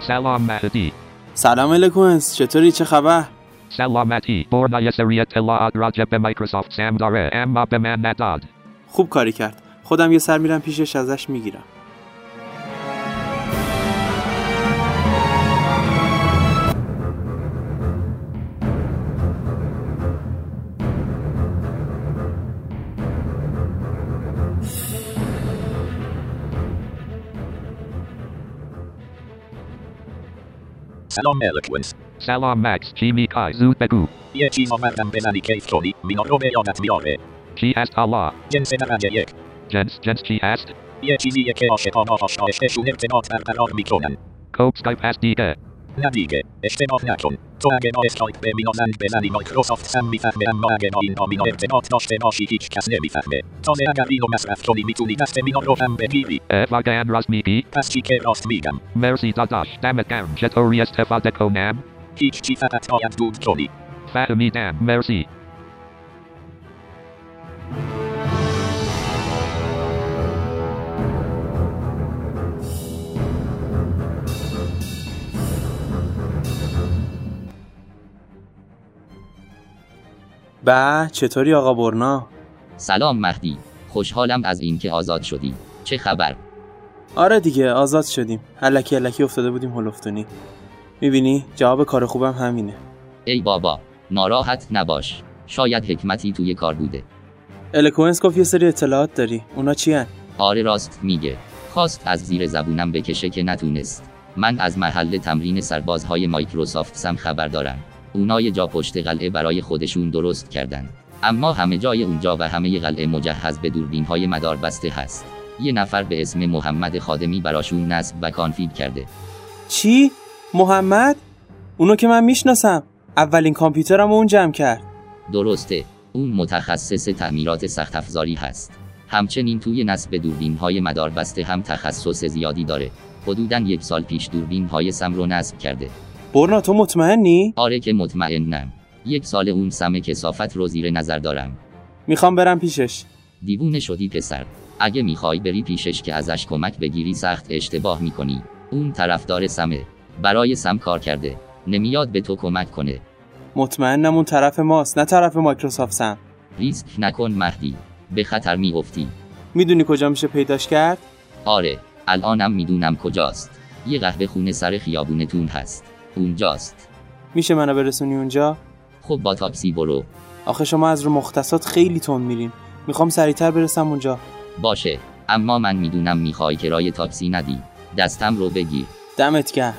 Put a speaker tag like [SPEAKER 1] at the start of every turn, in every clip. [SPEAKER 1] سلام مهدی
[SPEAKER 2] سلام الکونس چطوری چه خبر
[SPEAKER 1] سلامتی برنای سری اطلاعات راجع به مایکروسافت سم داره اما به من نداد
[SPEAKER 2] خوب کاری کرد خودم یه سر میرم پیشش ازش میگیرم
[SPEAKER 3] سلام الکونس
[SPEAKER 1] سلام مکس چی میخوای زود بگو
[SPEAKER 3] یه چیز آوردم بزنی کیف کنی مینا رو به یادت میاره
[SPEAKER 1] چی است حالا
[SPEAKER 3] جنس درجه یک
[SPEAKER 1] جنس جنس چی است
[SPEAKER 3] یه چیزیه که عاشقان آشناشتشون ارتباط برقرار میکنن
[SPEAKER 1] کوب سکایپ هست دیگه
[SPEAKER 3] نه دیگه اشتباه نکن تو اگه ما اسکایپ به مینا زنگ بزنی مایکروسافت سم میفهمه اما اگه ما این مینا ارتباط داشته باشی هیچ کس نمیفهمه تازه اگر اینو مصرف کنی میتونی دست مینا رو هم بگیری
[SPEAKER 1] اه، واقعا راست میگی
[SPEAKER 3] پس چی که راست میگم
[SPEAKER 1] مرسی داداش دمت گرم چطوری استفاده کنم
[SPEAKER 3] هیچ چی فقط باید دود کنی
[SPEAKER 1] فهمیدم مرسی
[SPEAKER 2] به چطوری آقا برنا
[SPEAKER 4] سلام مهدی خوشحالم از اینکه آزاد شدی چه خبر
[SPEAKER 2] آره دیگه آزاد شدیم الکی الکی افتاده بودیم هلفتونی میبینی جواب کار خوبم همینه
[SPEAKER 4] ای بابا ناراحت نباش شاید حکمتی توی کار بوده
[SPEAKER 2] الکونس گفت یه سری اطلاعات داری اونا چی هن؟
[SPEAKER 4] آره راست میگه خواست از زیر زبونم بکشه که نتونست من از محل تمرین سربازهای مایکروسافت سم خبر دارم اونا یه جا پشت قلعه برای خودشون درست کردن اما همه جای اونجا و همه قلعه مجهز به دوربین های مدار بسته هست یه نفر به اسم محمد خادمی براشون نصب و کانفیگ کرده
[SPEAKER 2] چی محمد اونو که من میشناسم اولین کامپیوترم اون جمع کرد
[SPEAKER 4] درسته اون متخصص تعمیرات سخت افزاری هست همچنین توی نصب دوربین های مدار بسته هم تخصص زیادی داره حدوداً یک سال پیش دوربین های سم رو نصب کرده
[SPEAKER 2] برنا تو مطمئنی
[SPEAKER 4] آره که مطمئنم یک سال اون سم کسافت رو زیر نظر دارم
[SPEAKER 2] میخوام برم پیشش
[SPEAKER 4] دیوونه شدی پسر اگه میخوای بری پیشش که ازش کمک بگیری سخت اشتباه میکنی اون طرفدار سمه برای سم کار کرده نمیاد به تو کمک کنه
[SPEAKER 2] مطمئنم اون طرف ماست نه طرف مایکروسافت سم
[SPEAKER 4] ریسک نکن مهدی به خطر میافتی
[SPEAKER 2] میدونی کجا میشه پیداش کرد
[SPEAKER 4] آره الانم میدونم کجاست یه قهوه خونه سر خیابونتون هست اونجاست
[SPEAKER 2] میشه منو برسونی اونجا
[SPEAKER 4] خب با تاکسی برو
[SPEAKER 2] آخه شما از رو مختصات خیلی تند میرین میخوام سریعتر برسم اونجا
[SPEAKER 4] باشه اما من میدونم میخوای کرای تاکسی ندی دستم رو بگیر
[SPEAKER 2] دمت گرم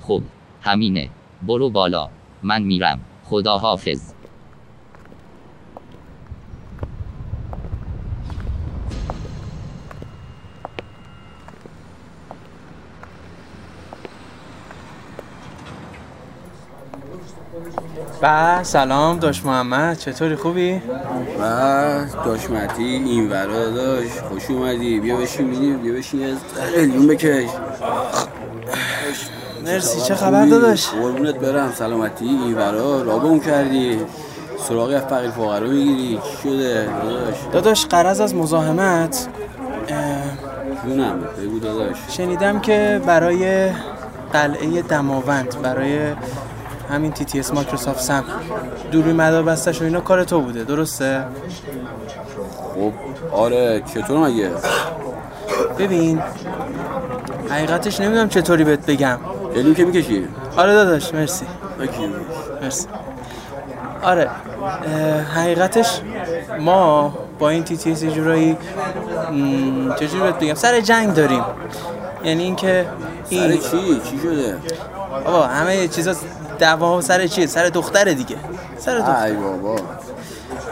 [SPEAKER 4] خب همینه برو بالا من میرم خدا حافظ
[SPEAKER 2] با سلام داش محمد چطوری خوبی
[SPEAKER 5] و داشمتی این ورا داشت خوش اومدی بیا بشین بینیم بیا بشین از قلیون بکش
[SPEAKER 2] مرسی چه خبر داداش
[SPEAKER 5] قربونت برم سلامتی این ورا را گم کردی سراغ از فقیر فقرا میگیری چی شده داداش
[SPEAKER 2] داداش قرض از مزاحمت اه،
[SPEAKER 5] جونم بگو داداش
[SPEAKER 2] شنیدم که برای قلعه دماوند برای همین تی تی اس مایکروسافت سم دوری مدار بستش و اینا کار تو بوده درسته
[SPEAKER 5] خب آره چطور مگه
[SPEAKER 2] ببین حقیقتش نمیدونم چطوری بهت بگم
[SPEAKER 5] قلیون که میکشی
[SPEAKER 2] آره داداش مرسی
[SPEAKER 5] اوکی.
[SPEAKER 2] مرسی آره اه، حقیقتش ما با این تی تی یه جورایی م، چجوری بهت بگم سر جنگ داریم یعنی اینکه
[SPEAKER 5] آره
[SPEAKER 2] این
[SPEAKER 5] چی چی شده
[SPEAKER 2] آقا همه چیزا دعوا سر چیه سر دختره دیگه سر دختر
[SPEAKER 5] ای بابا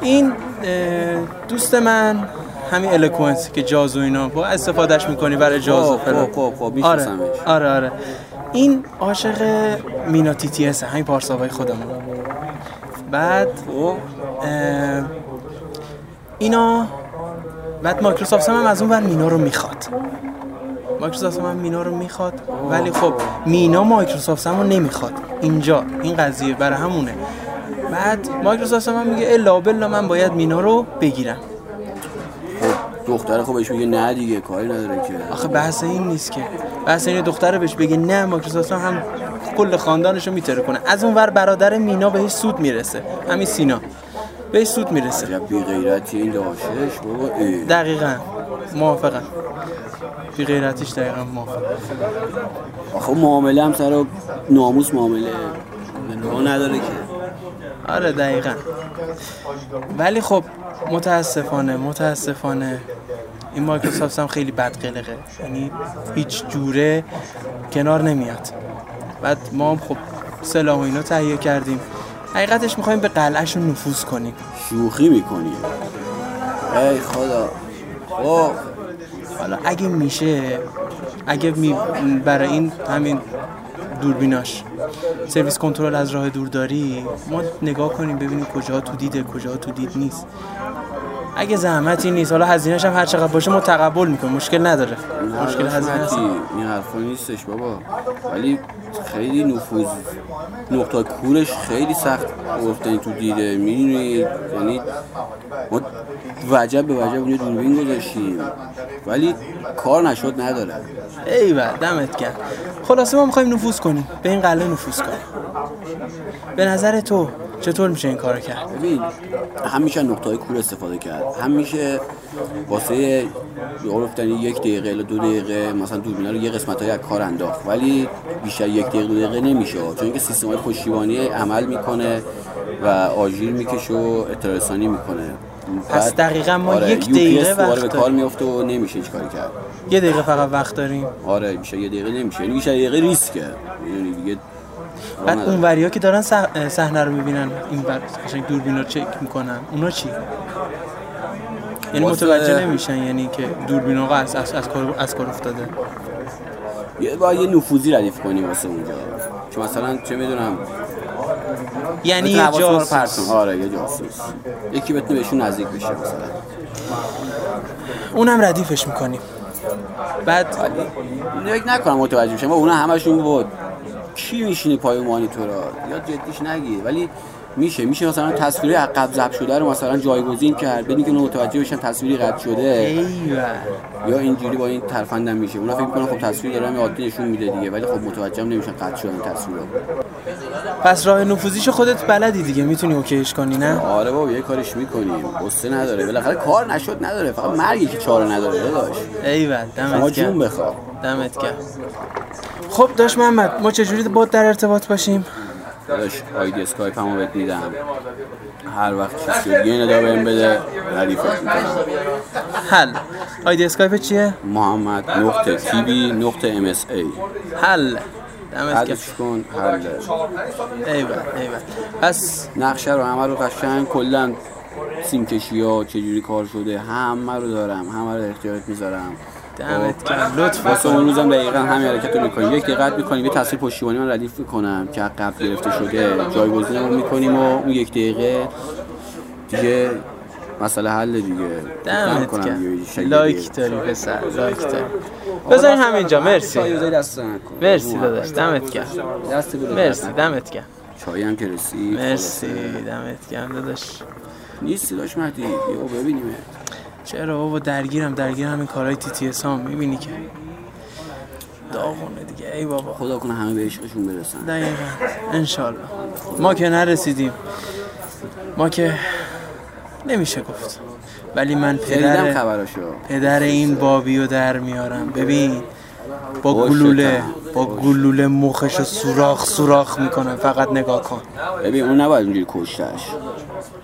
[SPEAKER 2] این اه، دوست من همین الکوئنس که جاز و اینا با استفادهش میکنی برای جاز و
[SPEAKER 5] خب،
[SPEAKER 2] فلان.
[SPEAKER 5] خب، خب، خب،
[SPEAKER 2] آره
[SPEAKER 5] می‌شناسمش.
[SPEAKER 2] آره آره این عاشق مینا تی تی اس همین پارساوای خودمون بعد
[SPEAKER 5] خب
[SPEAKER 2] اه، اینا بعد مایکروسافت سم هم از اون ور مینا رو میخواد مایکروسافت سم هم مینا رو میخواد ولی خب مینا مایکروسافت سم رو نمیخواد اینجا این قضیه برای همونه بعد مایکروسافت سم هم میگه الا بلا من باید مینا رو بگیرم
[SPEAKER 5] خب، دختر خب بهش میگه نه دیگه کاری نداره که
[SPEAKER 2] آخه بحث این نیست که بحث اینه دختره بهش بگه نه مایکروسافت هم کل خاندانش رو میتره کنه از اون ور برادر مینا بهش سود میرسه همین سینا بهش سود میرسه
[SPEAKER 5] عجب بی غیرتی این لاشش بابا ای.
[SPEAKER 2] دقیقا موافقم بی غیرتیش دقیقا موافقم
[SPEAKER 5] آخه معامله هم سر ناموس معامله نگاه نداره که
[SPEAKER 2] آره دقیقا ولی خب متاسفانه متاسفانه این مایکروسافت هم خیلی بد قلقه یعنی هیچ جوره کنار نمیاد بعد ما هم خب سلاح و اینا تهیه کردیم حقیقتش میخوایم به قلعهشون نفوذ کنیم
[SPEAKER 5] شوخی میکنی ای خدا خب
[SPEAKER 2] حالا اگه میشه اگه می برای این همین دوربیناش سرویس کنترل از راه دورداری ما نگاه کنیم ببینیم کجا تو دیده کجا تو دید نیست اگه زحمتی نیست حالا هزینهش هم هر چقدر باشه ما تقبل میکنیم مشکل نداره
[SPEAKER 5] نه،
[SPEAKER 2] مشکل هزینه
[SPEAKER 5] رسمتی.
[SPEAKER 2] هست
[SPEAKER 5] این حرفا نیستش بابا ولی خیلی نفوذ نقطه کورش خیلی سخت افتادن تو دیده میدونی یعنی ما وجب به وجب اونجا دوربین گذاشتیم ولی کار نشد نداره
[SPEAKER 2] ای دمت کرد خلاصه ما میخوایم نفوذ کنیم به این قلعه نفوذ کنیم به نظر تو چطور میشه این کارو کرد
[SPEAKER 5] ببین هم میشه نقطه کور استفاده کرد هم میشه واسه به قول گفتنی یک دقیقه الی دو دقیقه مثلا دوربینا رو یه قسمت های از کار انداخت ولی بیشتر یک دقیقه دو دقیقه نمیشه چون که سیستم های پشتیبانی عمل میکنه و آژیر میکشه و اطلاع رسانی میکنه آره،
[SPEAKER 2] پس دقیقاً ما یک
[SPEAKER 5] UPS
[SPEAKER 2] دقیقه
[SPEAKER 5] دوباره
[SPEAKER 2] وقت
[SPEAKER 5] به کار
[SPEAKER 2] داریم.
[SPEAKER 5] میفته و نمیشه هیچ کاری کرد
[SPEAKER 2] یه دقیقه فقط وقت داریم
[SPEAKER 5] آره بیشتر یه دقیقه نمیشه یعنی بیشتر یه دقیقه ریسکه میدونی دیگه آره. راه
[SPEAKER 2] بعد
[SPEAKER 5] نداره.
[SPEAKER 2] اون وریا که دارن صح- صحنه رو میبینن این ور قشنگ دوربینا رو چک میکنن اونا چی یعنی
[SPEAKER 5] واسه-
[SPEAKER 2] متوجه نمیشن یعنی که دوربینا ها از, از, از, کار, از کار افتاده
[SPEAKER 5] یه باید یه نفوذی ردیف کنی واسه اونجا که مثلا چه میدونم
[SPEAKER 2] یعنی
[SPEAKER 5] مثل
[SPEAKER 2] یه
[SPEAKER 5] حواس ما رو
[SPEAKER 2] جاسوس.
[SPEAKER 5] پرتون. آره یه جاسوس یکی بتونه بهشون نزدیک بشه مثلا
[SPEAKER 2] اونم ردیفش میکنیم بعد
[SPEAKER 5] فکر نکنم متوجه بشه ما اونا همشون بود کی میشینه پای مانیتورا یا جدیش نگیر ولی میشه میشه مثلا تصویری از قبل ضبط شده رو مثلا جایگزین کرد بدون که اونا متوجه بشن تصویری قد شده
[SPEAKER 2] ایول
[SPEAKER 5] یا اینجوری با این ترفندم میشه اونا فکر کنن خب تصویر دارم یه عادی نشون میده دیگه ولی خب متوجه هم نمیشن قد شدن تصویر
[SPEAKER 2] پس راه نفوذیشو خودت بلدی دیگه میتونی اوکیش کنی نه
[SPEAKER 5] آره بابا یه کارش میکنیم قصه نداره بالاخره کار نشد نداره فقط مرگی که چاره نداره داداش
[SPEAKER 2] ایول
[SPEAKER 5] ما
[SPEAKER 2] دمت
[SPEAKER 5] جون
[SPEAKER 2] گرم
[SPEAKER 5] بخواه
[SPEAKER 2] دمت گرم خب داش محمد ما چجوری با در ارتباط باشیم
[SPEAKER 5] داداش آیدی اسکایپ همو بهت میدم هر وقت چیز شد یه ندا بهم بده ردیفت میکنم
[SPEAKER 2] حل آیدی اسکایپ چیه
[SPEAKER 5] محمد نقطه تی بی نقطه ام اس ای
[SPEAKER 2] حل دمت گرم
[SPEAKER 5] حلش کن حل
[SPEAKER 2] ایول ایول پس
[SPEAKER 5] نقشه رو همه رو قشنگ کلا سیم کشی ها چجوری کار شده همه رو دارم همه رو در اختیارت میذارم
[SPEAKER 2] دمت
[SPEAKER 5] خب،
[SPEAKER 2] گرم بله، لطف
[SPEAKER 5] واسه اون روزم دقیقا همین حرکت رو میکنیم یک دقت میکنیم یه تصویر پشتیبانی من ردیف میکنم که قبل گرفته شده جایگزین رو میکنیم و اون یک دقیقه دیگه مسئله حل دیگه فکر
[SPEAKER 2] دمت
[SPEAKER 5] نکنم یه
[SPEAKER 2] گرم
[SPEAKER 5] شکل دیگه.
[SPEAKER 2] لایک داری پسر لایک داری بذار
[SPEAKER 5] خب،
[SPEAKER 2] همینجا
[SPEAKER 5] چای
[SPEAKER 2] مرسی
[SPEAKER 5] بذاری دست من کن.
[SPEAKER 2] مرسی داداش دمت گرم
[SPEAKER 5] دست بده
[SPEAKER 2] مرسی
[SPEAKER 5] دست.
[SPEAKER 2] دمت گرم
[SPEAKER 5] چای هم که رسید
[SPEAKER 2] مرسی دمت گرم داداش
[SPEAKER 5] نیستی داشت مهدی بیا ببینیم
[SPEAKER 2] چرا بابا درگیرم درگیرم این کارهای تی تی اس هم میبینی که داغونه دیگه ای بابا
[SPEAKER 5] خدا کنه همه به عشقشون برسن
[SPEAKER 2] دقیقا انشالله ما که نرسیدیم ما که نمیشه گفت ولی من
[SPEAKER 5] شنیدم
[SPEAKER 2] پدر
[SPEAKER 5] خبراشو
[SPEAKER 2] پدر این بابیو در میارم ببین با
[SPEAKER 5] خوش
[SPEAKER 2] گلوله
[SPEAKER 5] شدم.
[SPEAKER 2] با گلوله مخش سوراخ سوراخ میکنم فقط نگاه کن
[SPEAKER 5] ببین اون نباید اونجوری کشتش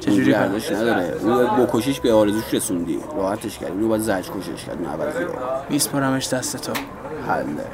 [SPEAKER 2] چجوری
[SPEAKER 5] اونجوری برداشت نداره اون با کشش به آرزوش رسوندی راحتش کردی اونو باید زج کشش کرد اون عوضی رو
[SPEAKER 2] میسپرمش دست تو
[SPEAKER 5] حله